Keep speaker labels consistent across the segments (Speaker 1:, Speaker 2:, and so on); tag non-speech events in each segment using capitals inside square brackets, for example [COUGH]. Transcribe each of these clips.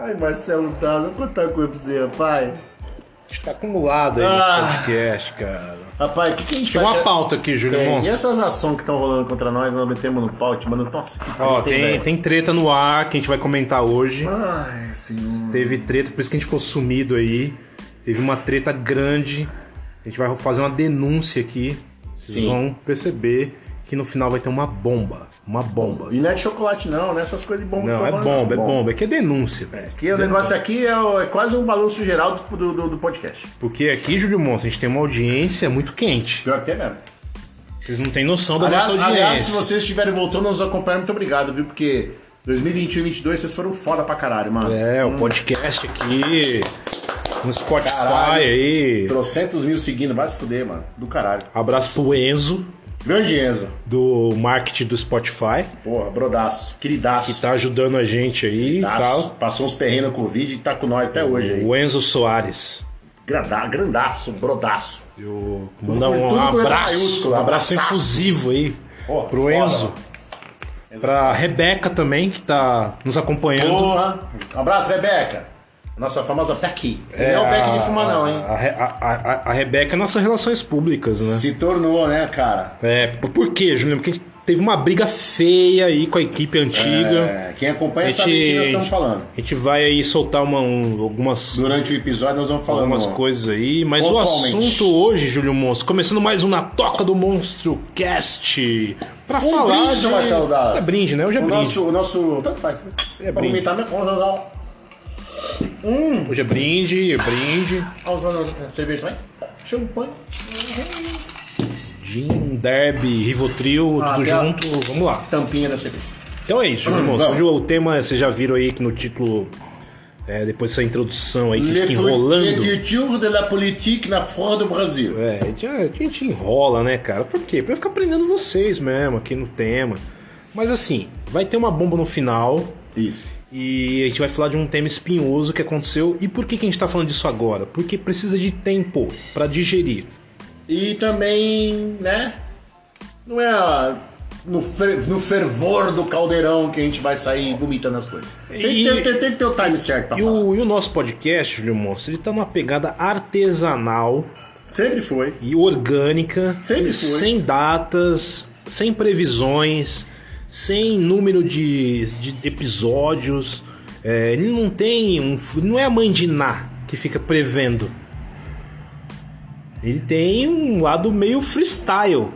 Speaker 1: Ai, Marcelo Taz, vou contar uma coisa pra você, rapaz.
Speaker 2: Está acumulado aí
Speaker 1: Ah.
Speaker 2: nesse podcast, cara. é-
Speaker 1: Rapaz, o que, que a gente
Speaker 2: Chegou
Speaker 1: vai-
Speaker 2: uma pauta aqui, Júlio
Speaker 1: Tem. E
Speaker 2: Monstro.
Speaker 1: essas ações que estão rolando contra nós, nós metemos no paute, mano. Nossa, que
Speaker 2: Ó,
Speaker 1: treta, hein,
Speaker 2: tem,
Speaker 1: velho?
Speaker 2: tem treta no ar que a gente vai comentar hoje.
Speaker 1: Ai, senhor.
Speaker 2: Teve treta, por isso que a gente ficou sumido aí. Teve uma treta grande. A gente vai fazer uma denúncia aqui. Vocês
Speaker 1: Sim.
Speaker 2: vão perceber que no final vai ter uma bomba. Uma bomba.
Speaker 1: E não é de chocolate, não, né? Essas coisas de bomba que
Speaker 2: Não,
Speaker 1: são
Speaker 2: é
Speaker 1: falando,
Speaker 2: bomba, é
Speaker 1: bom.
Speaker 2: bomba. É que é denúncia, velho.
Speaker 1: Que o negócio aqui é, o- é quase um balanço geral do, do, do- do podcast.
Speaker 2: Porque aqui, Júlio Monstro, a gente tem uma audiência muito quente.
Speaker 1: Pior que é mesmo.
Speaker 2: Vocês não têm noção da
Speaker 1: Aliás,
Speaker 2: nossa audiência.
Speaker 1: aliás, se vocês estiverem voltando a nos acompanhar, muito obrigado, viu? Porque 2021 e 2022 vocês foram foda pra caralho, mano.
Speaker 2: É, o podcast aqui. No Spotify
Speaker 1: Caralho.
Speaker 2: aí.
Speaker 1: Trocentos mil seguindo, vai se fuder, mano. Do caralho.
Speaker 2: Abraço pro Enzo,
Speaker 1: Grande Enzo.
Speaker 2: do marketing do Spotify,
Speaker 1: Porra, brodaço. Queridaço.
Speaker 2: que tá ajudando a gente aí e
Speaker 1: Taço.
Speaker 2: tal.
Speaker 1: Tá, Passou uns perrengues na Covid e tá com nós até hoje aí.
Speaker 2: O Enzo Soares.
Speaker 1: Grandá, grandaço, brodaço.
Speaker 2: Eu mandar
Speaker 1: com-
Speaker 2: um
Speaker 1: tudo com letra
Speaker 2: abraço,
Speaker 1: maiúscula,
Speaker 2: um abraço
Speaker 1: abraçaço.
Speaker 2: infusivo aí
Speaker 1: Porra,
Speaker 2: pro
Speaker 1: foda,
Speaker 2: Enzo.
Speaker 1: mano.
Speaker 2: Pra Rebeca também, que tá nos acompanhando.
Speaker 1: Porra. Um Abraço, Rebeca. Nossa famosa Peck. não é o Peck de fumar, não, hein?
Speaker 2: A, Re- a, a, a- a Rebeca é nossas relações públicas, né?
Speaker 1: Se tornou, né, cara?
Speaker 2: É, p- por quê, Juliano? Porque a gente teve uma briga feia aí com a equipe antiga.
Speaker 1: É, quem acompanha
Speaker 2: a
Speaker 1: sabe do que nós
Speaker 2: gente,
Speaker 1: estamos falando.
Speaker 2: a gente vai aí soltar uma, um- algumas,
Speaker 1: Durante o episódio nós vamos falando.
Speaker 2: algumas coisas aí, mas o
Speaker 1: Pontualmente.
Speaker 2: assunto hoje, Júlio Monstro, começando mais um Na Toca do Monstro Cast. Pra
Speaker 1: Um
Speaker 2: falar.
Speaker 1: brinde,
Speaker 2: de-
Speaker 1: seu Marcelo Dallas.
Speaker 2: É brinde, né? Hoje é
Speaker 1: o
Speaker 2: brinde.
Speaker 1: Nosso, o nosso... Tanto faz, né? É pra
Speaker 2: brinde.
Speaker 1: aumentar mesmo. Vamos jogar um,
Speaker 2: Hoje é brinde, é brinde.
Speaker 1: um- vamos jogar um- cerveja também? Champanhe.
Speaker 2: Gin, Derby, Rivotril,
Speaker 1: Ah,
Speaker 2: tudo
Speaker 1: até a-
Speaker 2: junto. Vamos lá.
Speaker 1: Tampinha da cerveja.
Speaker 2: Então é isso, Júlio Monstro.
Speaker 1: vamos.
Speaker 2: Hoje o tema, vocês já viram aí que no título. é, depois dessa introdução aí que
Speaker 1: Le
Speaker 2: fica
Speaker 1: fu-
Speaker 2: enrolando.
Speaker 1: Le futur de la politique na fora do Brasil.
Speaker 2: É, a gente, a gente enrola, né, cara? Por quê? Pra ficar prendendo vocês mesmo aqui no tema. Mas assim, vai ter uma bomba no final
Speaker 1: Isso.
Speaker 2: e a gente vai falar de um tema espinhoso que aconteceu. E por que, que a gente tá falando disso agora? Porque precisa de tempo pra digerir.
Speaker 1: E também, né? Não é a- no, fer- no fervor do caldeirão que a gente vai sair vomitando as coisas. Tem, que, ter,
Speaker 2: E-
Speaker 1: tem- tem que ter o time certo pra
Speaker 2: E
Speaker 1: falar.
Speaker 2: o, e o nosso podcast, Júlio Monstro, ele tá numa pegada artesanal
Speaker 1: Sempre foi.
Speaker 2: e orgânica,
Speaker 1: Sempre foi.
Speaker 2: sem datas, sem previsões, sem número de, de episódios. É, ele não tem um, f- não é a mãe de Ná que fica prevendo. Ele tem um lado meio freestyle.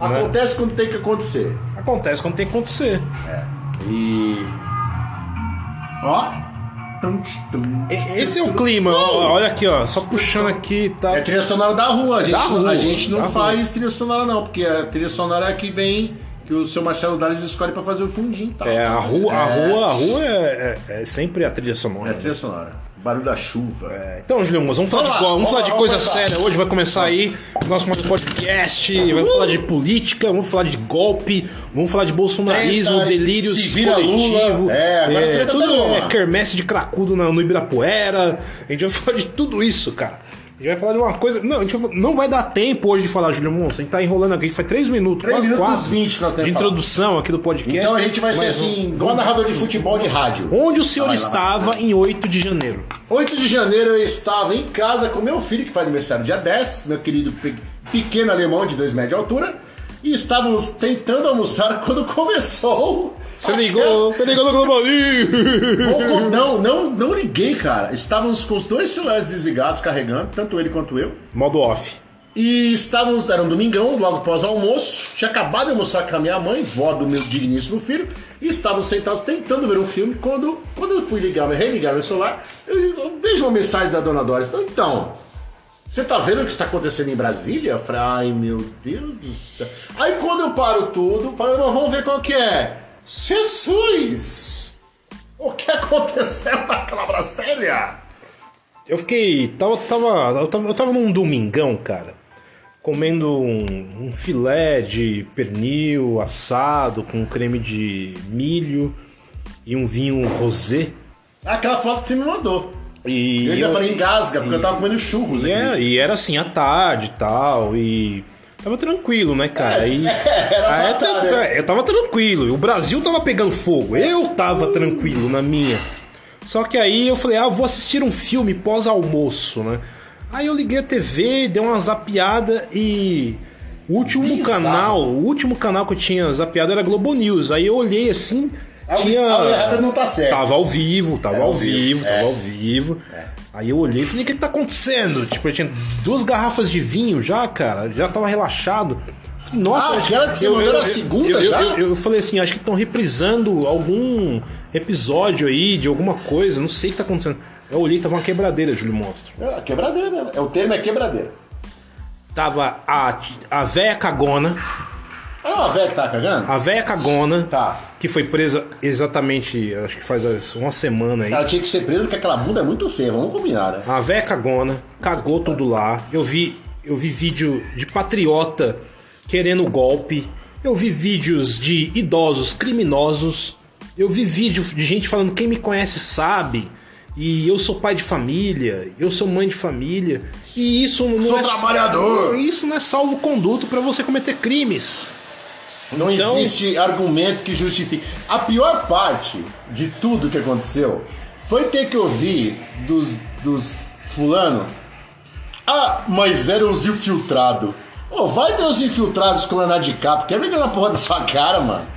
Speaker 2: é?
Speaker 1: Acontece quando tem que acontecer.
Speaker 2: Acontece quando tem que acontecer.
Speaker 1: E. Ó. Tum, tum.
Speaker 2: E- Esse é o clima. ó, olha aqui, ó, só puxando aqui e tal.
Speaker 1: É trilha sonora da rua, a gente,
Speaker 2: É Da rua,
Speaker 1: a gente não
Speaker 2: da
Speaker 1: faz trilha sonora, não, porque a trilha sonora é a que vem, que o seu Marcelo Dales escolhe pra fazer o fundinho, tá?
Speaker 2: É, a rua, a rua, a rua é, é- é sempre a trilha sonora.
Speaker 1: É trilha sonora. Barulho da chuva.
Speaker 2: Então, Julião, vamos
Speaker 1: Vamos
Speaker 2: falar, de,
Speaker 1: lá,
Speaker 2: co- vamos
Speaker 1: vamos
Speaker 2: falar
Speaker 1: lá,
Speaker 2: de
Speaker 1: vamos
Speaker 2: coisa
Speaker 1: começar.
Speaker 2: séria. Hoje vai começar aí o nosso podcast, vamos falar de política, vamos falar de golpe, vamos falar de bolsonarismo,
Speaker 1: Treta,
Speaker 2: delírios
Speaker 1: se vira
Speaker 2: coletivo.
Speaker 1: Lula. É, agora
Speaker 2: é,
Speaker 1: treta
Speaker 2: tudo
Speaker 1: da Lula.
Speaker 2: é quermesse de cracudo na- no Ibirapuera. A gente vai [LAUGHS] falar de tudo isso, cara. A gente vai falar de uma coisa. Não, a gente vai fa- não vai dar tempo hoje de falar, Julião Monson. A gente tá enrolando aqui, a gente faz 3 minutos,
Speaker 1: Três
Speaker 2: quase
Speaker 1: minutos
Speaker 2: quatro,
Speaker 1: 20 que nós temos que
Speaker 2: de
Speaker 1: falar.
Speaker 2: introdução aqui do podcast.
Speaker 1: Então a gente vai ser
Speaker 2: Mas
Speaker 1: assim, igual narrador de futebol de rádio.
Speaker 2: Onde o senhor
Speaker 1: Vai lá, vai lá.
Speaker 2: estava em 8 de janeiro?
Speaker 1: 8 de janeiro eu estava em casa com meu filho, que faz aniversário dia 10, meu querido pe- pequeno alemão de 2 metros de altura, e estávamos tentando almoçar [LAUGHS] quando começou.
Speaker 2: Você ligou, você ligou no Globo News.
Speaker 1: Ou com- [LAUGHS] Não, não, não liguei, cara. Estávamos com os dois celulares desligados, carregando, tanto ele quanto eu.
Speaker 2: Modo off.
Speaker 1: E estávamos, era um domingão, logo após o almoço. Tinha acabado de almoçar com a minha mãe, vó do meu digníssimo filho. E estávamos sentados tentando ver um filme. Quando, quando eu fui ligar, religar meu celular, eu, eu vejo uma mensagem da dona Doris. Então, você tá vendo o que está acontecendo em Brasília? Eu falei, ai meu Deus do céu. Aí quando eu paro tudo, falo, não, vamos ver qual que é. Jesus! O que aconteceu naquela Brasília?
Speaker 2: Eu fiquei. Tava, tava, eu, tava, eu tava num domingão, cara. Comendo um, um filé de pernil assado com creme de milho e um vinho rosé.
Speaker 1: Aquela foto que você me mandou.
Speaker 2: E
Speaker 1: eu ainda
Speaker 2: eu-
Speaker 1: falei engasga, porque eu tava comendo churros. aqui.
Speaker 2: e era, e era assim, à tarde e tal. E tava tranquilo, né,
Speaker 1: [LAUGHS]
Speaker 2: cara? E, Ah, é,
Speaker 1: uma tarde.
Speaker 2: tá- tá- eu tava tranquilo. e O Brasil tava pegando fogo. Eu tava tranquilo na minha. Só que aí eu falei, ah, vou assistir um filme pós-almoço, né? Aí eu liguei a TV, dei uma zapiada e o último
Speaker 1: Bizarro.
Speaker 2: canal, o último canal que eu tinha zapiado era Globo News. Aí eu olhei assim,
Speaker 1: Algo
Speaker 2: tinha
Speaker 1: algo errado não tá certo.
Speaker 2: Tava ao vivo, tava
Speaker 1: Era
Speaker 2: ao
Speaker 1: ao vivo,
Speaker 2: vivo,
Speaker 1: é.
Speaker 2: tava ao vivo. Aí eu olhei e falei, o que, que tá acontecendo? Tipo, eu tinha duas garrafas de vinho já, cara, já tava relaxado. Falei, Nossa,
Speaker 1: Ah, aquela que você mandou na segunda
Speaker 2: eu, eu-
Speaker 1: já?
Speaker 2: Eu, eu falei assim, acho que estão reprisando algum episódio aí de alguma coisa, não sei o que tá acontecendo. Eu olhei, tava uma quebradeira, Júlio Monstro.
Speaker 1: É quebradeira mesmo. É, o termo é quebradeira.
Speaker 2: Tava a, a véia cagona,
Speaker 1: Ah, não, a velha que tá cagando?
Speaker 2: a véia cagona,
Speaker 1: Tá.
Speaker 2: que foi presa exatamente, acho que faz uma semana aí.
Speaker 1: Ela tinha que ser presa porque aquela bunda é muito feia, vamos combinar, né?
Speaker 2: A véia cagona cagou tudo lá. Eu vi, eu vi vídeo de patriota querendo golpe. Eu vi vídeos de idosos criminosos. Eu vi vídeo de gente falando quem me conhece sabe. E eu sou pai de família, eu sou mãe de família. E isso não
Speaker 1: Sou
Speaker 2: é
Speaker 1: trabalhador.
Speaker 2: Isso não é salvo conduto pra você cometer crimes.
Speaker 1: Não
Speaker 2: Então-
Speaker 1: existe argumento que justifique. A pior parte de tudo que aconteceu foi ter que ouvir dos, dos fulano. Ah, mas eram os infiltrados. Ô, vai ver os infiltrados com o de capa. Quer ver na porra da sua cara, mano? [LAUGHS]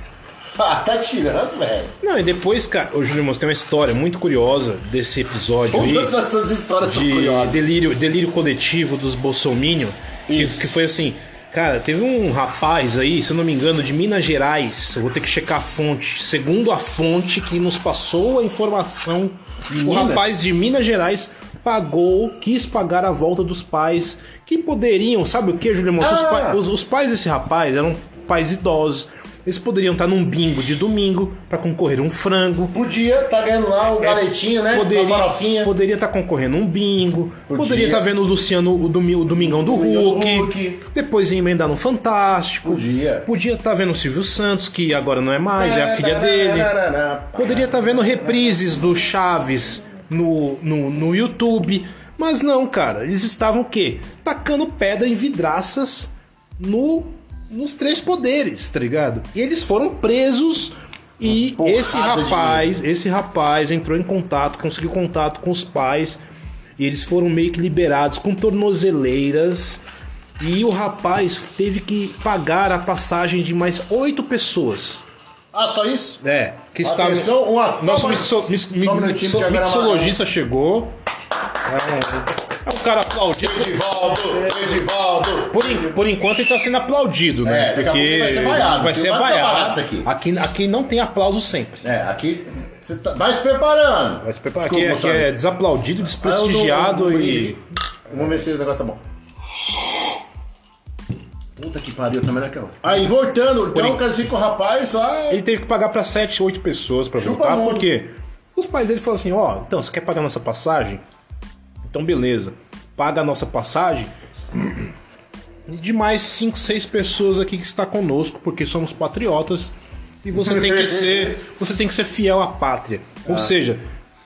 Speaker 1: Ah, tá tirando, velho.
Speaker 2: Não, e depois, cara, ô Júlio Moço, tem uma história muito curiosa desse episódio aí.
Speaker 1: Todas essas histórias são
Speaker 2: de
Speaker 1: curiosas.
Speaker 2: delírio, delírio coletivo dos bolsominion, que,
Speaker 1: Isso.
Speaker 2: que foi assim, cara, teve um rapaz aí, se eu não me engano, de Minas Gerais, eu vou ter que checar a fonte, segundo a fonte que nos passou a informação,
Speaker 1: De
Speaker 2: o
Speaker 1: Minas?
Speaker 2: rapaz de Minas Gerais pagou, quis pagar a volta dos pais, que poderiam, sabe o que, Júlio Moço? Os,
Speaker 1: Ah!
Speaker 2: pa- os- os pais desse rapaz eram pais idosos, eles poderiam estar num bingo de domingo para concorrer um frango,
Speaker 1: Podia tá ganhando lá um galetinho, né? Uma
Speaker 2: É, Poderia,
Speaker 1: farofinha.
Speaker 2: poderia estar concorrendo um bingo,
Speaker 1: Podia.
Speaker 2: poderia estar vendo o Luciano, o, domi, o Domingão do
Speaker 1: Domingão do
Speaker 2: Hulk,
Speaker 1: Hulk.
Speaker 2: depois ia emendar no Fantástico.
Speaker 1: Podia.
Speaker 2: Podia estar vendo o Silvio Santos, que agora não é mais, é a filha dele. Poderia estar vendo reprises do Chaves no, no, no YouTube. Mas não, cara, eles estavam o quê? Tacando pedra em vidraças no, nos três poderes, tá ligado? E eles foram presos e
Speaker 1: Uma
Speaker 2: esse
Speaker 1: porrada de
Speaker 2: rapaz, esse rapaz entrou em contato, conseguiu contato com os pais e eles foram meio que liberados com tornozeleiras. E o rapaz teve que pagar a passagem de mais oito pessoas.
Speaker 1: Ah, só isso?
Speaker 2: É, que está.
Speaker 1: Atenção, um assalto.
Speaker 2: Nosso mixo, mix,
Speaker 1: Só um minutinho,
Speaker 2: mixo-
Speaker 1: que agora
Speaker 2: mixologista chegou. É um, é um cara aplaudido.
Speaker 1: Edivaldo, Edivaldo.
Speaker 2: Por, en- por enquanto ele tá sendo aplaudido, né?
Speaker 1: É, daqui a pouco ele vai ser vaiado,
Speaker 2: Vai
Speaker 1: porque
Speaker 2: ser
Speaker 1: vai ficar
Speaker 2: vaiado.
Speaker 1: barato isso aqui.
Speaker 2: aqui. aqui não tem aplauso sempre.
Speaker 1: É, aqui você tá- vai se preparando.
Speaker 2: Vai se preparar. Aqui,
Speaker 1: Desculpa,
Speaker 2: aqui
Speaker 1: sabe?
Speaker 2: é desaplaudido, desprestigiado
Speaker 1: Ah, eu não-
Speaker 2: e.
Speaker 1: Vamos ver se o negócio tá bom. Puta que pariu, tá melhor que a outra. Aí, voltando, então o Casico Rapaz lá.
Speaker 2: Ele teve que pagar pra sete, oito pessoas pra
Speaker 1: Chupa
Speaker 2: voltar,
Speaker 1: mundo.
Speaker 2: porque os pais dele falaram assim: ó, então você quer pagar nossa passagem? Então beleza, paga a nossa passagem. E de mais cinco, seis pessoas aqui que está conosco, porque somos patriotas e você tem
Speaker 1: [LAUGHS]
Speaker 2: que ser, você tem que ser fiel à pátria.
Speaker 1: Ah.
Speaker 2: Ou seja,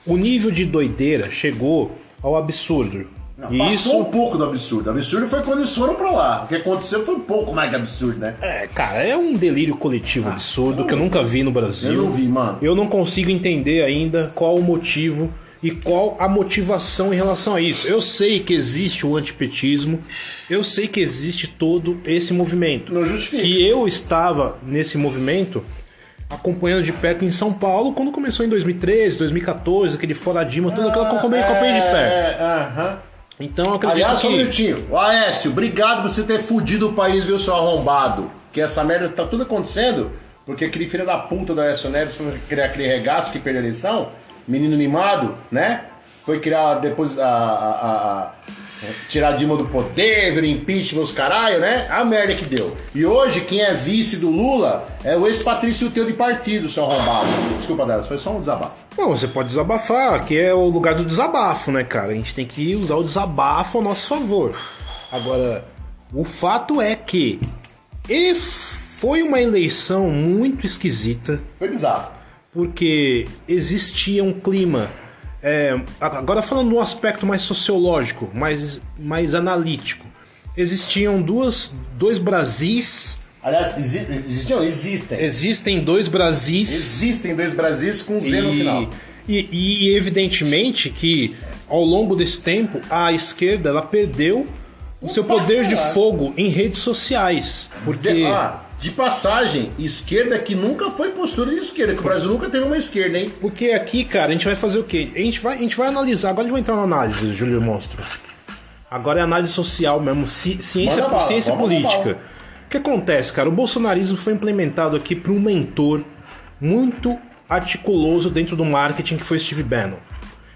Speaker 2: o nível de doideira chegou ao absurdo.
Speaker 1: Não,
Speaker 2: e
Speaker 1: passou
Speaker 2: isso
Speaker 1: um pouco do absurdo. O absurdo foi quando eles foram pra lá. O que aconteceu foi um pouco mais que absurdo, né?
Speaker 2: É, cara, é um delírio coletivo absurdo que eu nunca vi no Brasil.
Speaker 1: Ah. Eu não vi, mano.
Speaker 2: Eu não consigo entender ainda qual o motivo e qual a motivação em relação a isso. Eu sei que existe o antipetismo, eu sei que existe todo esse movimento.
Speaker 1: Não justifica.
Speaker 2: Que eu estava nesse movimento acompanhando de perto em São Paulo quando começou em 2013, 2014, aquele Fora Dima, toda aquela companhia acompanhei de perto.
Speaker 1: Ah, É, aham.
Speaker 2: Então eu acredito
Speaker 1: Aliás, só um
Speaker 2: que...
Speaker 1: minutinho. Ô, Aécio, obrigado por você ter fudido o país, viu, seu arrombado. Que essa merda tá tudo acontecendo porque aquele filho da puta da Aécio Neves foi criar aquele regaço que perdeu a eleição, menino mimado, né? Foi criar depois a. a- a- a- tirar a Dilma do poder, vir impeachment, os caralho, né? A merda que deu. E hoje, quem é vice do Lula é o ex-patrício teu de partido, seu arrombado. Desculpa, Dallas, foi só um desabafo.
Speaker 2: Não, você pode desabafar, aqui é o lugar do desabafo, né, cara? A gente tem que usar o desabafo ao nosso favor. Agora, o fato é que e foi uma eleição muito esquisita,
Speaker 1: Foi bizarro.
Speaker 2: porque existia um clima. é, a- agora falando de um aspecto mais sociológico, mais, mais analítico. Existiam duas, dois Brasis.
Speaker 1: Aliás, exi- existiam? Existem.
Speaker 2: Existem dois Brasis.
Speaker 1: Existem dois Brasis com Z no final.
Speaker 2: E, e evidentemente que ao longo desse tempo a esquerda ela perdeu o seu
Speaker 1: pode
Speaker 2: poder de
Speaker 1: falar.
Speaker 2: fogo em redes sociais, porque
Speaker 1: De, ah, de passagem, esquerda que nunca foi postura de esquerda, que o Brasil nunca teve uma esquerda, hein?
Speaker 2: Porque aqui, cara, a gente vai fazer o quê? A gente vai, a gente vai analisar. Agora a gente vai entrar na análise, Júlio Monstro. Agora é análise social mesmo, ci- ciência,
Speaker 1: Manda bala,
Speaker 2: ciência
Speaker 1: manda
Speaker 2: política.
Speaker 1: bala.
Speaker 2: O que acontece, cara? O bolsonarismo foi implementado aqui por um mentor muito articuloso dentro do marketing que foi Steve Bannon.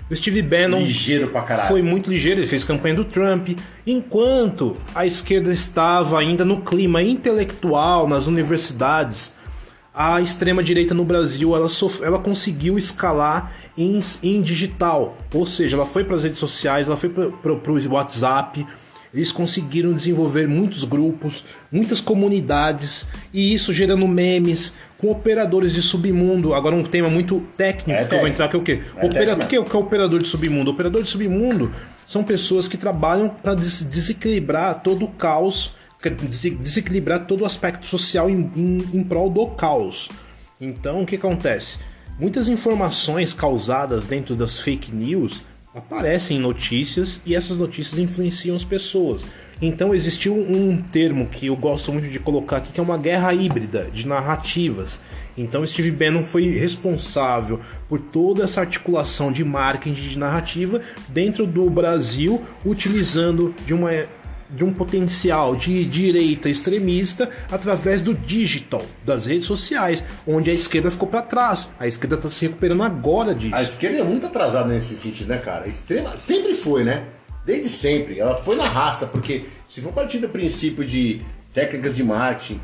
Speaker 2: O Steve Bannon
Speaker 1: Ligeiro pra caralho.
Speaker 2: foi muito ligeiro, ele fez campanha do Trump, enquanto a esquerda estava ainda no clima intelectual nas universidades, a extrema direita no Brasil ela, sof- ela conseguiu escalar em, em digital, ou seja, ela foi para as redes sociais, ela foi para o WhatsApp, eles conseguiram desenvolver muitos grupos, muitas comunidades e isso gerando memes com operadores de submundo. Agora um tema muito técnico
Speaker 1: É
Speaker 2: que eu
Speaker 1: técnico.
Speaker 2: vou entrar que é o quê?
Speaker 1: É
Speaker 2: Opera-
Speaker 1: técnico
Speaker 2: o que é, o que é operador de submundo? Operador de submundo são pessoas que trabalham para desequilibrar todo o caos, que- dese- desequilibrar todo o aspecto social em, em, em prol do caos. Então, o que acontece? Muitas informações causadas dentro das fake news aparecem em notícias e essas notícias influenciam as pessoas. Então existiu um termo que eu gosto muito de colocar aqui, que é uma guerra híbrida de narrativas. Então Steve Bannon foi responsável por toda essa articulação de marketing de narrativa dentro do Brasil, utilizando de uma de um potencial de direita extremista através do digital, das redes sociais, onde a esquerda ficou para trás. A esquerda está se recuperando agora disso.
Speaker 1: A esquerda é muito atrasada nesse sentido, né, cara? Extrema, sempre foi, né? Desde sempre. Ela foi na raça, porque se for partir do princípio de técnicas de marketing,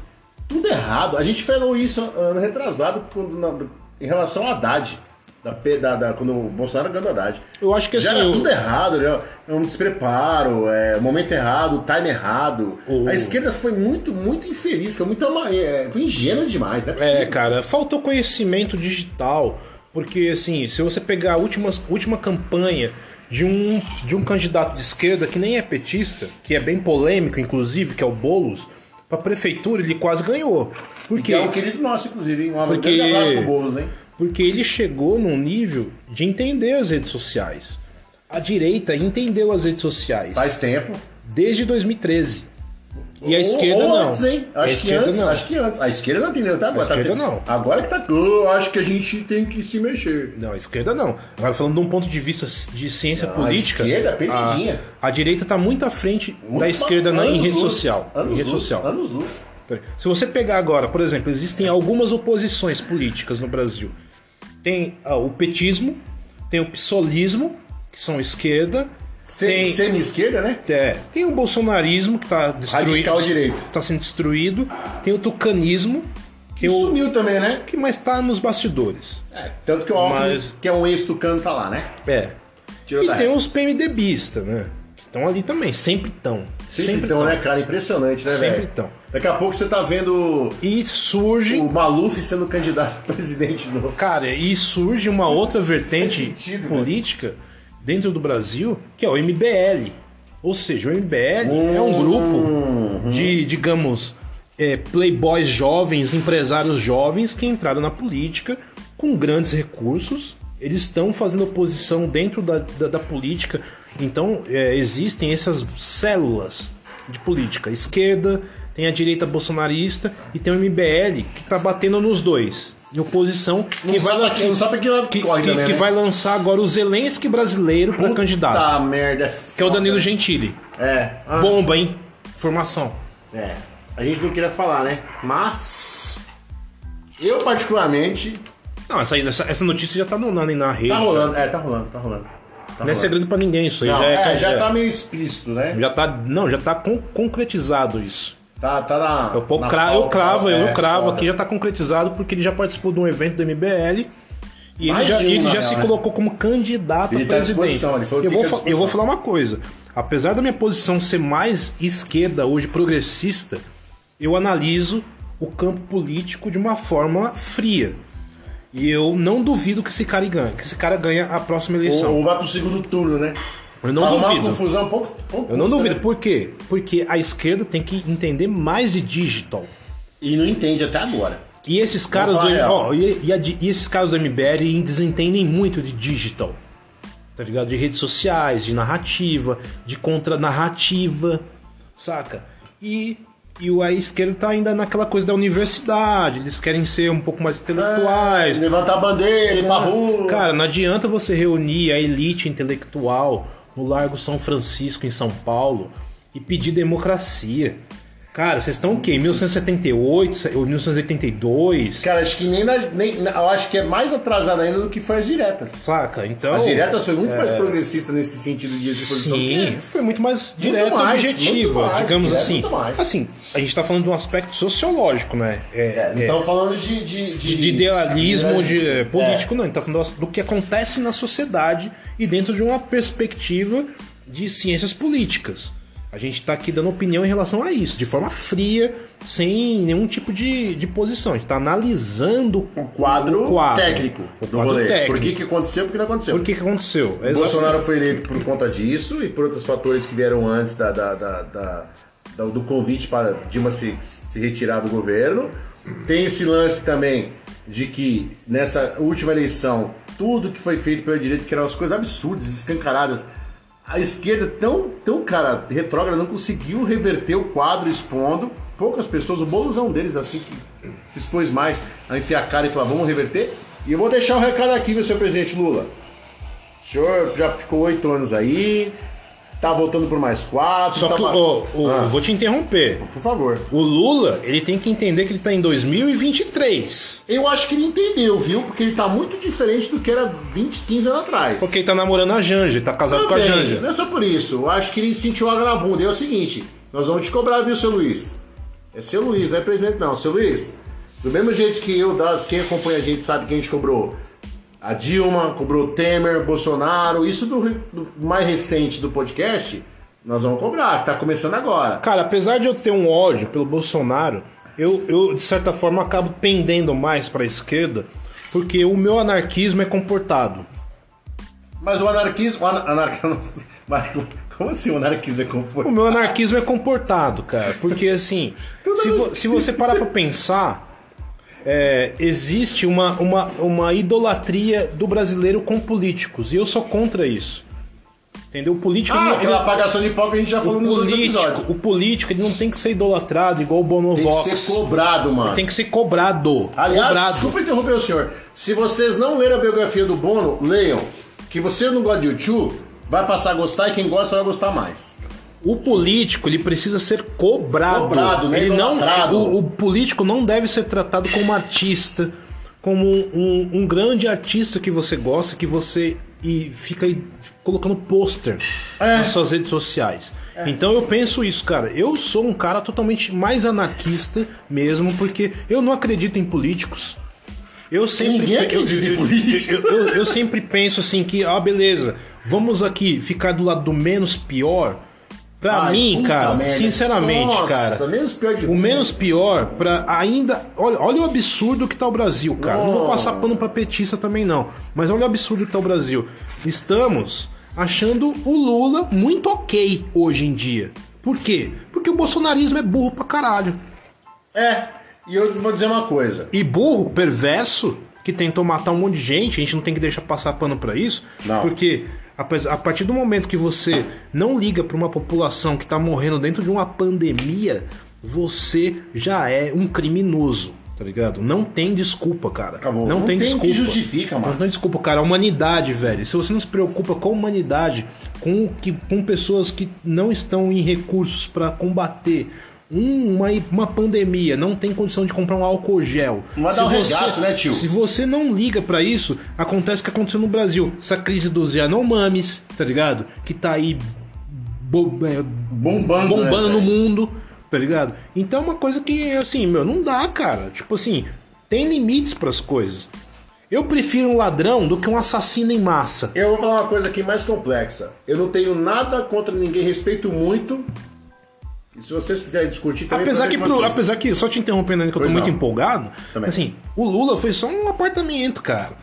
Speaker 1: tudo é errado. A gente falou isso ano retrasado quando, na- em relação ao Haddad. Da, P- da, da- quando o Bolsonaro ganhou do Haddad.
Speaker 2: Eu acho que
Speaker 1: Já
Speaker 2: assim,
Speaker 1: era
Speaker 2: eu-
Speaker 1: tudo errado, né? É um despreparo, é um momento errado, time errado.
Speaker 2: O-
Speaker 1: A esquerda foi muito, muito infeliz, foi muito ama- é, foi ingênua demais, né?
Speaker 2: É, cara, faltou conhecimento digital. Porque, assim, se você pegar a última, última campanha de um, de um candidato de esquerda que nem é petista, que é bem polêmico, inclusive, que é o Boulos, pra prefeitura ele quase ganhou. Porque,
Speaker 1: Que é um querido nosso, inclusive, hein? Um
Speaker 2: Porque-
Speaker 1: grande abraço pro Boulos, hein?
Speaker 2: porque ele chegou num nível de entender as redes sociais. A direita entendeu as redes sociais
Speaker 1: Faz tempo.
Speaker 2: desde 2013. E
Speaker 1: Ou-
Speaker 2: a esquerda
Speaker 1: ou
Speaker 2: não.
Speaker 1: Antes, hein?
Speaker 2: a
Speaker 1: Acho, que
Speaker 2: esquerda
Speaker 1: antes,
Speaker 2: não.
Speaker 1: acho que antes. A esquerda não atendeu até agora.
Speaker 2: A esquerda
Speaker 1: tá
Speaker 2: não.
Speaker 1: Agora que tá. Eu acho que a gente tem que se mexer.
Speaker 2: Não, a esquerda não. Agora, falando de um ponto de vista de ciência
Speaker 1: Não, a
Speaker 2: política.
Speaker 1: esquerda é perdidinha.
Speaker 2: a, a direita está muito à frente
Speaker 1: Muito
Speaker 2: da esquerda na,
Speaker 1: anos
Speaker 2: em rede
Speaker 1: luz,
Speaker 2: social.
Speaker 1: Anos
Speaker 2: em rede
Speaker 1: luz,
Speaker 2: social.
Speaker 1: Anos luz.
Speaker 2: Se você pegar agora, por exemplo, existem algumas oposições políticas no Brasil. Tem ah, o petismo, tem o psolismo, que são esquerda.
Speaker 1: Sem
Speaker 2: tem-
Speaker 1: Semi-esquerda, né?
Speaker 2: é, tem o bolsonarismo que tá destruído.
Speaker 1: Radical direito.
Speaker 2: Tá sendo destruído. Tem o tucanismo,
Speaker 1: E
Speaker 2: que, eu,
Speaker 1: sumiu também, né?
Speaker 2: que mais tá nos bastidores.
Speaker 1: É, tanto que o Alckmin,
Speaker 2: Mas-
Speaker 1: que é um ex-tucano, tá lá, né?
Speaker 2: É.
Speaker 1: Tirou da
Speaker 2: e tem
Speaker 1: reta.
Speaker 2: os PMDBistas, né? Que estão ali também, sempre estão.
Speaker 1: Sempre então, né, cara? Impressionante, né, velho?
Speaker 2: Sempre tão.
Speaker 1: Daqui a pouco você tá vendo
Speaker 2: E surge,
Speaker 1: o Maluf sendo candidato a [LAUGHS] presidente novo.
Speaker 2: cara, e surge uma outra vertente
Speaker 1: faz sentido,
Speaker 2: política dentro do Brasil, que é o MBL. Ou seja, o MBL é um
Speaker 1: Hum.
Speaker 2: grupo de, digamos, é, playboys jovens, empresários jovens que entraram na política com grandes recursos. Eles estão fazendo oposição dentro da, da, da política. Então, é, existem essas células de política. Esquerda, tem a direita bolsonarista e tem o MBL que tá batendo nos dois. Em oposição, que vai,
Speaker 1: sabe
Speaker 2: lá-
Speaker 1: pra que- não sabe pra que lado que corre
Speaker 2: que,
Speaker 1: também,
Speaker 2: que
Speaker 1: né?
Speaker 2: vai lançar agora o Zelensky brasileiro pra candidato,
Speaker 1: Tá, merda.
Speaker 2: que é o Danilo
Speaker 1: foda.
Speaker 2: Gentili.
Speaker 1: É. Ah,
Speaker 2: Bomba, hein? Formação.
Speaker 1: É, a gente não queria falar, né? Mas eu particularmente
Speaker 2: Não, essa, aí- essa, essa notícia já tá no, na, na rede.
Speaker 1: tá
Speaker 2: já.
Speaker 1: rolando, é, tá rolando, tá rolando. Tá
Speaker 2: Não é
Speaker 1: rolando.
Speaker 2: segredo pra ninguém isso aí.
Speaker 1: Não,
Speaker 2: já, é,
Speaker 1: é, já
Speaker 2: já-
Speaker 1: tá meio explícito, né?
Speaker 2: já tá- não, já tá con- concretizado isso.
Speaker 1: Tá, tá na.
Speaker 2: Eu, pô,
Speaker 1: na
Speaker 2: cra- eu
Speaker 1: pauta,
Speaker 2: cravo, eu
Speaker 1: é,
Speaker 2: cravo
Speaker 1: foda.
Speaker 2: aqui, já tá concretizado porque ele já participou de um evento do MBL. E ele
Speaker 1: Mais
Speaker 2: já,
Speaker 1: de um,
Speaker 2: ele
Speaker 1: na
Speaker 2: já
Speaker 1: real,
Speaker 2: se
Speaker 1: né?
Speaker 2: colocou como candidato
Speaker 1: Ele
Speaker 2: a
Speaker 1: tá à
Speaker 2: presidente.
Speaker 1: disposição, ele falou que
Speaker 2: eu, vou
Speaker 1: fica à
Speaker 2: fa- eu vou
Speaker 1: disposição.
Speaker 2: falar uma coisa. Apesar da minha posição ser mais esquerda hoje, progressista, eu analiso o campo político de uma forma fria. E eu não duvido que esse cara ganhe, que esse cara ganha a próxima eleição.
Speaker 1: Ou, ou vai pro segundo turno, né?
Speaker 2: Eu não
Speaker 1: Tá uma
Speaker 2: duvido.
Speaker 1: confusão um pouco, pouco
Speaker 2: Eu não
Speaker 1: custa,
Speaker 2: duvido.
Speaker 1: né?
Speaker 2: Por quê? Porque a esquerda tem que entender mais de digital.
Speaker 1: E não entende até agora.
Speaker 2: E esses caras do,
Speaker 1: falar real.
Speaker 2: ó, e, e a di- e esses caras do MBL eles entendem muito de digital. Tá ligado? De redes sociais, de narrativa, de contranarrativa, saca? E, e o- a esquerda tá ainda naquela coisa da universidade, eles querem ser um pouco mais intelectuais,
Speaker 1: Levantar a bandeira, É, ir pra rua.
Speaker 2: Ah, Cara, não adianta você reunir a elite intelectual no Largo São Francisco, em São Paulo, e pedir democracia. Cara, vocês estão o quê? Em 1978, ou 1982?
Speaker 1: Cara, acho que nem, na, nem na- eu acho que é mais atrasada ainda do que foi as diretas.
Speaker 2: Saca? Então.
Speaker 1: As diretas foi muito mais progressista nesse sentido de exposição.
Speaker 2: Sim,
Speaker 1: que- é.
Speaker 2: foi muito mais direta e
Speaker 1: mais,
Speaker 2: objetiva,
Speaker 1: muito mais,
Speaker 2: digamos
Speaker 1: direto,
Speaker 2: assim.
Speaker 1: muito mais.
Speaker 2: Assim, a gente tá falando de um aspecto sociológico, né? É, é,
Speaker 1: Então né? falando de de,
Speaker 2: de, de idealismo de, é, político, não. A gente tá falando do que acontece na sociedade e dentro de uma perspectiva de ciências políticas. A gente tá aqui dando opinião em relação a isso, de forma fria, sem nenhum tipo de, de posição. A gente tá analisando
Speaker 1: O quadro,
Speaker 2: o quadro,
Speaker 1: técnico
Speaker 2: o
Speaker 1: do
Speaker 2: quadro
Speaker 1: rolê.
Speaker 2: técnico.
Speaker 1: Por que, que aconteceu, por que não aconteceu.
Speaker 2: Por que, que aconteceu? É
Speaker 1: O
Speaker 2: Exato.
Speaker 1: Bolsonaro foi eleito por conta disso e por outros fatores que vieram antes da, da- da- da- da- do convite para Dilma se, se retirar do governo. Tem esse lance também de que nessa última eleição, tudo que foi feito pela direita, que eram as coisas absurdas, escancaradas, a esquerda tão, tão cara, retrógrada, não conseguiu reverter o quadro expondo. Poucas pessoas, o Boulos é um deles, assim, que se expôs mais a enfiar a cara e falar, vamos reverter. E eu vou deixar o recado aqui, meu senhor presidente Lula. O senhor já ficou oito anos aí, tá voltando por mais quatro.
Speaker 2: Só
Speaker 1: tá
Speaker 2: que,
Speaker 1: ba-
Speaker 2: ô, ô,
Speaker 1: Ah,
Speaker 2: vou te interromper.
Speaker 1: Por favor.
Speaker 2: O Lula, ele tem que entender que ele tá em 2023.
Speaker 1: Eu acho que ele entendeu, viu? Porque ele tá muito diferente do que era 20, 15 anos atrás.
Speaker 2: Porque ele tá namorando a Janja, tá casado
Speaker 1: Também,
Speaker 2: com a Janja.
Speaker 1: Não é só por isso. Eu acho que ele sentiu água na bunda. E é o seguinte: nós vamos te cobrar, viu, seu Luiz? É seu Luiz, não é presidente, não. Seu Luiz, do mesmo jeito que eu, das, quem acompanha a gente sabe que a gente cobrou a Dilma, cobrou o Temer, Bolsonaro, isso do, re- do mais recente do podcast, nós vamos cobrar, que tá começando agora.
Speaker 2: Cara, apesar de eu ter um ódio pelo Bolsonaro, eu, eu, de certa forma acabo pendendo mais pra esquerda, porque o meu anarquismo é comportado.
Speaker 1: Mas o anarquismo. Ana, [LAUGHS] anarquismo como assim o anarquismo é comportado?
Speaker 2: O meu anarquismo é comportado, cara, porque assim, se, vo- se você parar pra pensar, é, existe uma, uma, uma idolatria do brasileiro com políticos, e eu sou contra isso. Entendeu? O político
Speaker 1: Ah,
Speaker 2: não-
Speaker 1: aquela apagação de pau que a gente já
Speaker 2: o
Speaker 1: falou nos outros episódios.
Speaker 2: político, o político ele não tem que ser idolatrado igual o
Speaker 1: Tem
Speaker 2: Bonovox.
Speaker 1: que ser cobrado, mano.
Speaker 2: Tem que ser cobrado.
Speaker 1: Aliás,
Speaker 2: cobrado.
Speaker 1: desculpa interromper o senhor. Se vocês não leram a biografia do Bono, leiam. Que você não gosta de YouTube, vai passar a gostar e quem gosta vai gostar mais.
Speaker 2: O político ele precisa ser cobrado.
Speaker 1: Cobrado, né?
Speaker 2: Ele não,
Speaker 1: Idolatrado.
Speaker 2: o, o político não deve ser tratado como um artista, como um, um- um grande artista que você gosta, que você e fica aí colocando pôster
Speaker 1: É.
Speaker 2: nas suas redes sociais. Então eu penso isso, cara. Eu sou um cara totalmente mais anarquista mesmo, porque eu não acredito em políticos. Eu sempre
Speaker 1: Ninguém
Speaker 2: pe-
Speaker 1: acredita em política.
Speaker 2: eu, eu- eu sempre penso assim que, ah, beleza, vamos aqui ficar do lado do menos pior. Pra
Speaker 1: Ai,
Speaker 2: mim,
Speaker 1: puta
Speaker 2: cara,
Speaker 1: merda.
Speaker 2: sinceramente,
Speaker 1: Nossa,
Speaker 2: cara.
Speaker 1: menos pior de
Speaker 2: O menos pior pra ainda. Olha, olha o absurdo que tá o Brasil, cara. Não vou passar pano pra petista também, não. Mas olha o absurdo que tá o Brasil. Estamos achando o Lula muito ok hoje em dia. Por quê? Porque o bolsonarismo é burro pra caralho.
Speaker 1: É, e eu vou dizer uma coisa.
Speaker 2: E burro, perverso, que tentou matar um monte de gente, a gente não tem que deixar passar pano pra isso,
Speaker 1: Não.
Speaker 2: porque apes- a partir do momento que você não liga pra uma população que tá morrendo dentro de uma pandemia, você já é um criminoso. Tá ligado? Não tem desculpa, cara.
Speaker 1: Acabou.
Speaker 2: Não,
Speaker 1: Não
Speaker 2: tem,
Speaker 1: tem o
Speaker 2: desculpa.
Speaker 1: que justifica, mano.
Speaker 2: Não tem desculpa, cara. A humanidade, velho. Se você não se preocupa com a humanidade, com, o que, com pessoas que não estão em recursos pra combater um- uma, uma pandemia, não tem condição de comprar um álcool gel.
Speaker 1: Mas dá um regaço, né, tio?
Speaker 2: Se você não liga pra isso, acontece o que aconteceu no Brasil. Essa crise dos Yanomamis, tá ligado? Que tá aí bo- é,
Speaker 1: Bombando,
Speaker 2: bombando
Speaker 1: né,
Speaker 2: no
Speaker 1: velho?
Speaker 2: mundo, tá ligado? Então é uma coisa que, assim, meu, não dá, cara. Tipo assim, tem limites pras coisas. Eu prefiro um ladrão do que um assassino em massa.
Speaker 1: Eu vou falar uma coisa aqui mais complexa. Eu não tenho nada contra ninguém, respeito muito. E se vocês quiserem discutir também.
Speaker 2: Apesar que,
Speaker 1: prazer
Speaker 2: pro-
Speaker 1: com vocês.
Speaker 2: apesar que, só te interrompendo ainda, que eu tô
Speaker 1: é, assim- Pois
Speaker 2: muito
Speaker 1: não.
Speaker 2: empolgado,
Speaker 1: Também.
Speaker 2: assim, o Lula foi só um apartamento, cara.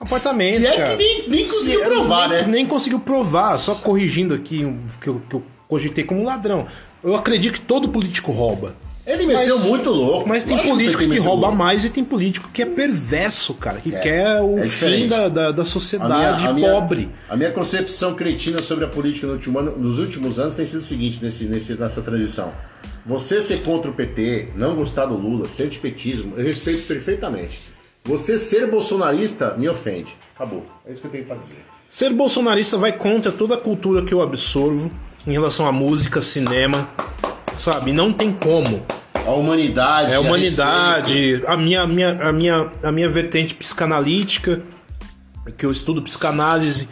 Speaker 2: Um apartamento,
Speaker 1: Se é que
Speaker 2: cara.
Speaker 1: nem- nem conseguiu
Speaker 2: é-
Speaker 1: provar,
Speaker 2: nem,
Speaker 1: né?
Speaker 2: Nem conseguiu provar, só corrigindo aqui um- que eu, que eu cogitei como ladrão. Eu acredito que todo político rouba.
Speaker 1: Ele meteu
Speaker 2: Mas-
Speaker 1: muito louco.
Speaker 2: Mas tem
Speaker 1: Lógico
Speaker 2: político
Speaker 1: ele
Speaker 2: que
Speaker 1: meteu
Speaker 2: rouba
Speaker 1: louco.
Speaker 2: mais e tem político que é perverso, cara, que quer o
Speaker 1: é
Speaker 2: fim
Speaker 1: diferente.
Speaker 2: da, da, da sociedade pobre.
Speaker 1: a minha concepção cretina sobre a política no último ano- nos últimos anos tem sido o seguinte nesse, nesse- nessa transição. Você ser contra o PT, não gostar do Lula, ser antipetismo, eu respeito perfeitamente. Você ser bolsonarista me ofende. Acabou. É isso que eu tenho pra dizer.
Speaker 2: Ser bolsonarista vai contra toda a cultura que eu absorvo em relação a música, cinema, sabe? Não tem como.
Speaker 1: A humanidade.
Speaker 2: É a
Speaker 1: a
Speaker 2: humanidade, a minha, a minha, a minha, a minha vertente psicanalítica, que eu estudo psicanálise.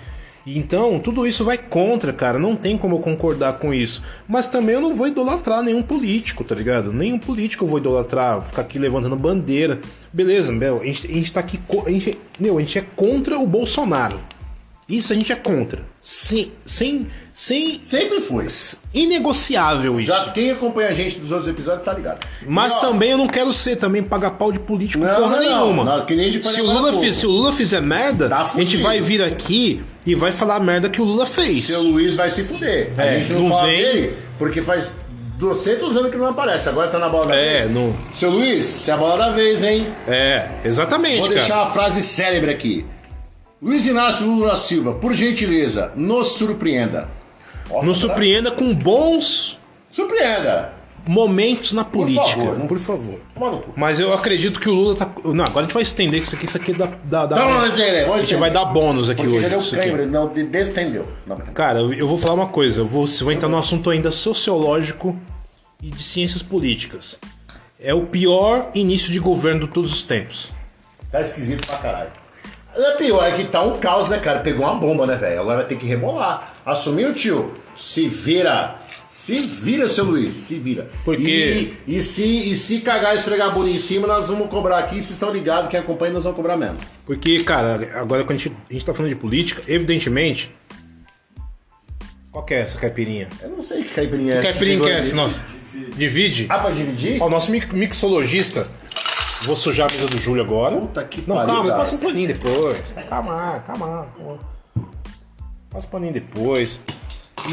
Speaker 2: Então, tudo isso vai contra, cara. Não tem como eu concordar com isso. Mas também eu não vou idolatrar nenhum político, tá ligado? Nenhum político eu vou idolatrar, ficar aqui levantando bandeira. Beleza, meu, a gente, a gente tá aqui. co- A gente, meu, a gente é contra o Bolsonaro. Isso a gente é contra. Sim, sem. sem
Speaker 1: Sempre foi.
Speaker 2: inegociável isso.
Speaker 1: Já quem acompanha a gente dos outros episódios tá ligado.
Speaker 2: Mas
Speaker 1: Ó,
Speaker 2: também eu não quero ser também pagar pau de político
Speaker 1: Não,
Speaker 2: porra
Speaker 1: não, não.
Speaker 2: nenhuma.
Speaker 1: Não, que nem de
Speaker 2: se, o
Speaker 1: pagar
Speaker 2: Lula
Speaker 1: pouco.
Speaker 2: fi- se o Lula fizer merda,
Speaker 1: Tá
Speaker 2: a gente
Speaker 1: fudido.
Speaker 2: vai vir aqui e vai falar a merda que o Lula fez.
Speaker 1: Seu Luiz vai se fuder. A
Speaker 2: É,
Speaker 1: gente não,
Speaker 2: não
Speaker 1: fala
Speaker 2: vem.
Speaker 1: dele porque faz 200 anos que não aparece. Agora tá na bola da
Speaker 2: É,
Speaker 1: vez.
Speaker 2: não-
Speaker 1: Seu Luiz, você é a bola da vez, hein?
Speaker 2: É, exatamente,
Speaker 1: Vou
Speaker 2: cara.
Speaker 1: deixar uma frase célebre aqui. Luiz Inácio Lula da Silva, por gentileza, nos surpreenda. Nossa,
Speaker 2: Nos surpreenda com bons
Speaker 1: Surpreenda.
Speaker 2: momentos na política.
Speaker 1: favor, não-
Speaker 2: por favor.
Speaker 1: Toma no cu.
Speaker 2: Mas eu acredito que o Lula tá. Não, agora a gente vai estender que isso aqui, é isso aqui dá. dá, dá-
Speaker 1: Não, não, não, não, não,
Speaker 2: Tá a gente vai dar bônus aqui
Speaker 1: Porque
Speaker 2: hoje.
Speaker 1: já deu
Speaker 2: isso aqui.
Speaker 1: cãibra, não, de- destendeu. Não, não.
Speaker 2: Cara, eu- eu vou falar uma coisa, eu vou, vou entrar no assunto ainda sociológico e de ciências políticas. É o pior início de governo de todos os tempos.
Speaker 1: Tá esquisito pra caralho. É pior, é que tá um caos, né, cara? Pegou uma bomba, né, velho? Agora vai ter que rebolar. Assumiu, tio? Se vira. Se vira, seu Luiz. Se vira.
Speaker 2: Porque-
Speaker 1: E, e se, e se cagar e esfregar a bunda em cima, nós vamos cobrar aqui. Vocês estão ligados, quem acompanha, nós vamos cobrar mesmo.
Speaker 2: Porque, cara, agora quando a gente, a gente tá falando de política, evidentemente. Qual que é essa caipirinha?
Speaker 1: Eu não sei que caipirinha é
Speaker 2: Que
Speaker 1: essa.
Speaker 2: caipirinha que é essa,
Speaker 1: não?
Speaker 2: nossa? Divide?
Speaker 1: Ah, pra dividir?
Speaker 2: Ó, o nosso mi- mixologista. Vou sujar a mesa do Júlio agora.
Speaker 1: Puta que
Speaker 2: Não,
Speaker 1: pariu,
Speaker 2: calma,
Speaker 1: cara.
Speaker 2: passa um paninho depois. Calma, calma. calma. Passa um paninho depois.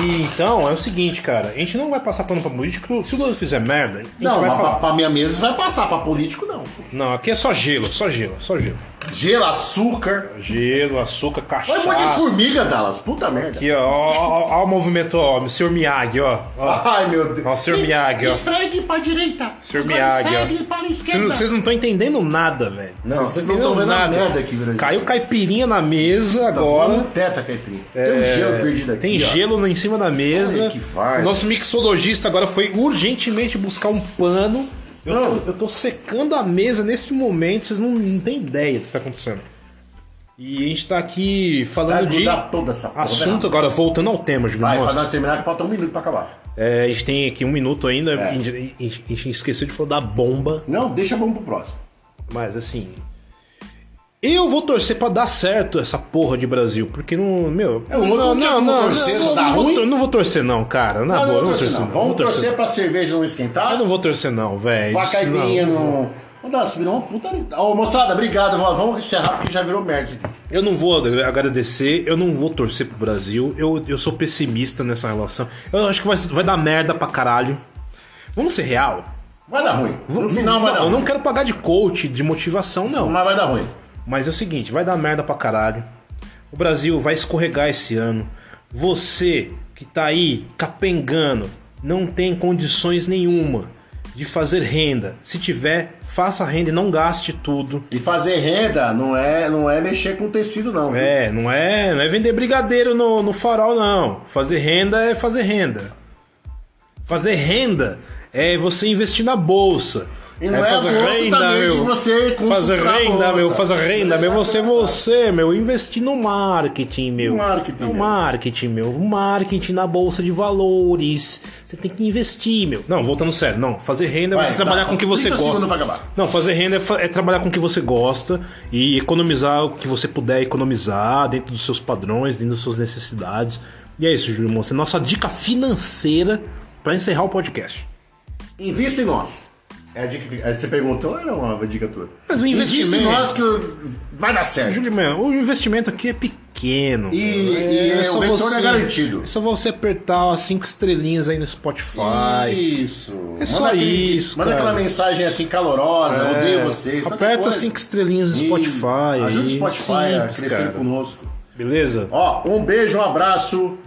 Speaker 2: E então, é o seguinte, cara. A gente não vai passar pano pra político. Se o Lula fizer merda, a gente
Speaker 1: Não,
Speaker 2: vai
Speaker 1: mas pra,
Speaker 2: falar.
Speaker 1: pra minha mesa vai passar, pra político não.
Speaker 2: Não, aqui é só gelo, só gelo, só gelo.
Speaker 1: Gelo, açúcar.
Speaker 2: Gelo, açúcar, cachaça.
Speaker 1: Olha um monte de formiga, Dallas. Puta merda.
Speaker 2: Aqui, ó, ó, ó, ó o movimento, ó, o Sr. Miyagi, ó. ó.
Speaker 1: Ai, meu Deus.
Speaker 2: Ó, o Sr. Miyagi, ó.
Speaker 1: Esfregue pra direita.
Speaker 2: Sr.
Speaker 1: Agora
Speaker 2: Miyagi, ó.
Speaker 1: Esfregue para a
Speaker 2: Vocês
Speaker 1: esquerda.
Speaker 2: não- Vocês não estão entendendo nada, velho.
Speaker 1: Não, vocês não
Speaker 2: entendendo
Speaker 1: tão vendo a merda aqui, Brasil.
Speaker 2: Caiu caipirinha na mesa agora.
Speaker 1: Vamos teta, Caipira. Tem um gelo perdido aqui.
Speaker 2: É, Tem
Speaker 1: ó.
Speaker 2: gelo lá em cima da mesa.
Speaker 1: Ai, que vai.
Speaker 2: O nosso mixologista agora foi urgentemente buscar um pano. Eu,
Speaker 1: Não.
Speaker 2: tô, eu tô secando a mesa nesse momento, vocês não, não têm ideia do que tá acontecendo. E a gente tá aqui
Speaker 1: Vai
Speaker 2: falando de
Speaker 1: grudar toda essa porra. né?
Speaker 2: assunto agora, voltando ao tema, Júlio.
Speaker 1: Vai, pra
Speaker 2: Mostra.
Speaker 1: nós terminar que falta um minuto pra acabar.
Speaker 2: É, a gente tem aqui um minuto ainda,
Speaker 1: É.
Speaker 2: a, gente, a gente- a gente esqueceu de falar da bomba,
Speaker 1: Não, deixa bom pro próximo.
Speaker 2: mas assim. Eu vou torcer pra dar certo essa porra de Brasil, porque não. Meu.
Speaker 1: É, o outro não tinha como torcer, só dá
Speaker 2: não, vou
Speaker 1: ruim.
Speaker 2: tor- não vou torcer, não, cara. Na
Speaker 1: Não,
Speaker 2: boa,
Speaker 1: não,
Speaker 2: não vou
Speaker 1: torcer,
Speaker 2: Tá torcer,
Speaker 1: não.
Speaker 2: não.
Speaker 1: Vamos
Speaker 2: Não vou
Speaker 1: torcer pra cerveja não esquentar.
Speaker 2: Eu não vou torcer, não, velho.
Speaker 1: Pra
Speaker 2: Isso
Speaker 1: caipirinha
Speaker 2: não.
Speaker 1: não. Ô, Dallas, virou uma puta. Ô, moçada, obrigado. vó. Vamos encerrar porque já virou merda isso aqui.
Speaker 2: Eu não vou agra- agradecer, eu não vou torcer pro Brasil. Eu, eu sou pessimista nessa relação. Eu acho que vai, vai dar merda pra caralho. Vamos ser real.
Speaker 1: Vai dar ruim. No
Speaker 2: Vamos-
Speaker 1: final vai dar
Speaker 2: não, eu
Speaker 1: ruim.
Speaker 2: não quero pagar de coach, de motivação, não.
Speaker 1: Mas vai dar ruim.
Speaker 2: Mas é o seguinte, vai dar merda pra caralho. O Brasil vai escorregar esse ano. Você que tá aí capengando, não tem condições nenhuma de fazer renda. Se tiver, faça renda e não gaste tudo.
Speaker 1: E fazer renda não é, não é mexer com tecido, não. viu?
Speaker 2: É, não é, não é vender brigadeiro no, no farol, não. Fazer renda é fazer renda. Fazer renda é você investir na bolsa.
Speaker 1: E não é a
Speaker 2: fazer
Speaker 1: bolsa também de você consultar
Speaker 2: fazer
Speaker 1: a
Speaker 2: renda,
Speaker 1: bolsa.
Speaker 2: meu, fazer renda, meu. Você, você, meu, investir no marketing, meu.
Speaker 1: No marketing,
Speaker 2: É o
Speaker 1: meu.
Speaker 2: marketing, meu. O Marketing na bolsa de valores. Você tem que investir, meu. Não, voltando sério, não. Fazer renda é
Speaker 1: Vai,
Speaker 2: você trabalhar
Speaker 1: dá
Speaker 2: com o que você
Speaker 1: 30
Speaker 2: gosta.
Speaker 1: segundos pra acabar.
Speaker 2: Não, fazer renda é, fa- é trabalhar com o que você gosta e economizar o que você puder economizar dentro dos seus padrões, dentro das suas necessidades. E é isso, Júlio Monstro. Nossa dica financeira pra encerrar o podcast.
Speaker 1: Invista em nós. É a dica que fica. Aí você perguntou, era uma dica tua.
Speaker 2: Mas o
Speaker 1: Invista em
Speaker 2: investimento-
Speaker 1: nós que vai dar certo.
Speaker 2: Júlio, Mon, o investimento aqui é pequeno. pequeno.
Speaker 1: E-
Speaker 2: meu.
Speaker 1: e o retorno é garantido.
Speaker 2: É só você apertar as cinco estrelinhas aí no Spotify.
Speaker 1: Isso.
Speaker 2: É só
Speaker 1: aquele-
Speaker 2: isso,
Speaker 1: Manda
Speaker 2: cara. É.
Speaker 1: aquela mensagem assim calorosa, odeio você. qualquer
Speaker 2: Aperta
Speaker 1: coisa.
Speaker 2: cinco estrelinhas no
Speaker 1: E
Speaker 2: Spotify.
Speaker 1: Ajuda o
Speaker 2: aí,
Speaker 1: Spotify a
Speaker 2: simples,
Speaker 1: crescer
Speaker 2: cara.
Speaker 1: conosco.
Speaker 2: Beleza?
Speaker 1: Ó, um beijo, um abraço.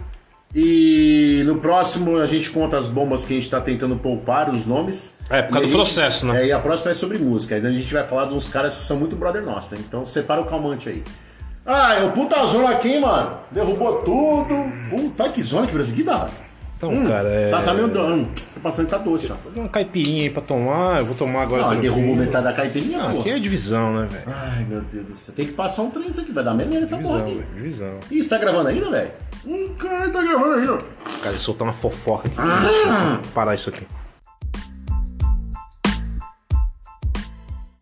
Speaker 1: E no próximo a gente conta as bombas que a gente tá tentando poupar, os nomes.
Speaker 2: É, por
Speaker 1: E a
Speaker 2: causa do
Speaker 1: gente-
Speaker 2: processo, né?
Speaker 1: É, e a próxima é sobre música. Aí a gente vai falar de uns caras que são muito brother nossa. Então separa o calmante aí. Ah, é o puta zona aqui, mano. Derrubou tudo. Puta que zona que virou que dá.
Speaker 2: Então, cara, é.
Speaker 1: Tá, tá meio dano. Tá passando, tá doce, ó.
Speaker 2: Dá uma caipirinha aí pra tomar. Eu vou tomar agora
Speaker 1: Ah,
Speaker 2: também.
Speaker 1: derrubou metade da caipirinha,
Speaker 2: Ah,
Speaker 1: pô.
Speaker 2: aqui é divisão, né, velho?
Speaker 1: Ai, meu Deus do céu. Tem que passar um trem isso aqui, vai dar merda essa Ah, porra
Speaker 2: Divisão,
Speaker 1: aqui.
Speaker 2: velho. Divisão.
Speaker 1: Ih, você tá gravando ainda, velho? Hum, cara, tá gravando ainda. Ah.
Speaker 2: Cara, eu soltar uma fofoca aqui. Deixa eu parar isso aqui.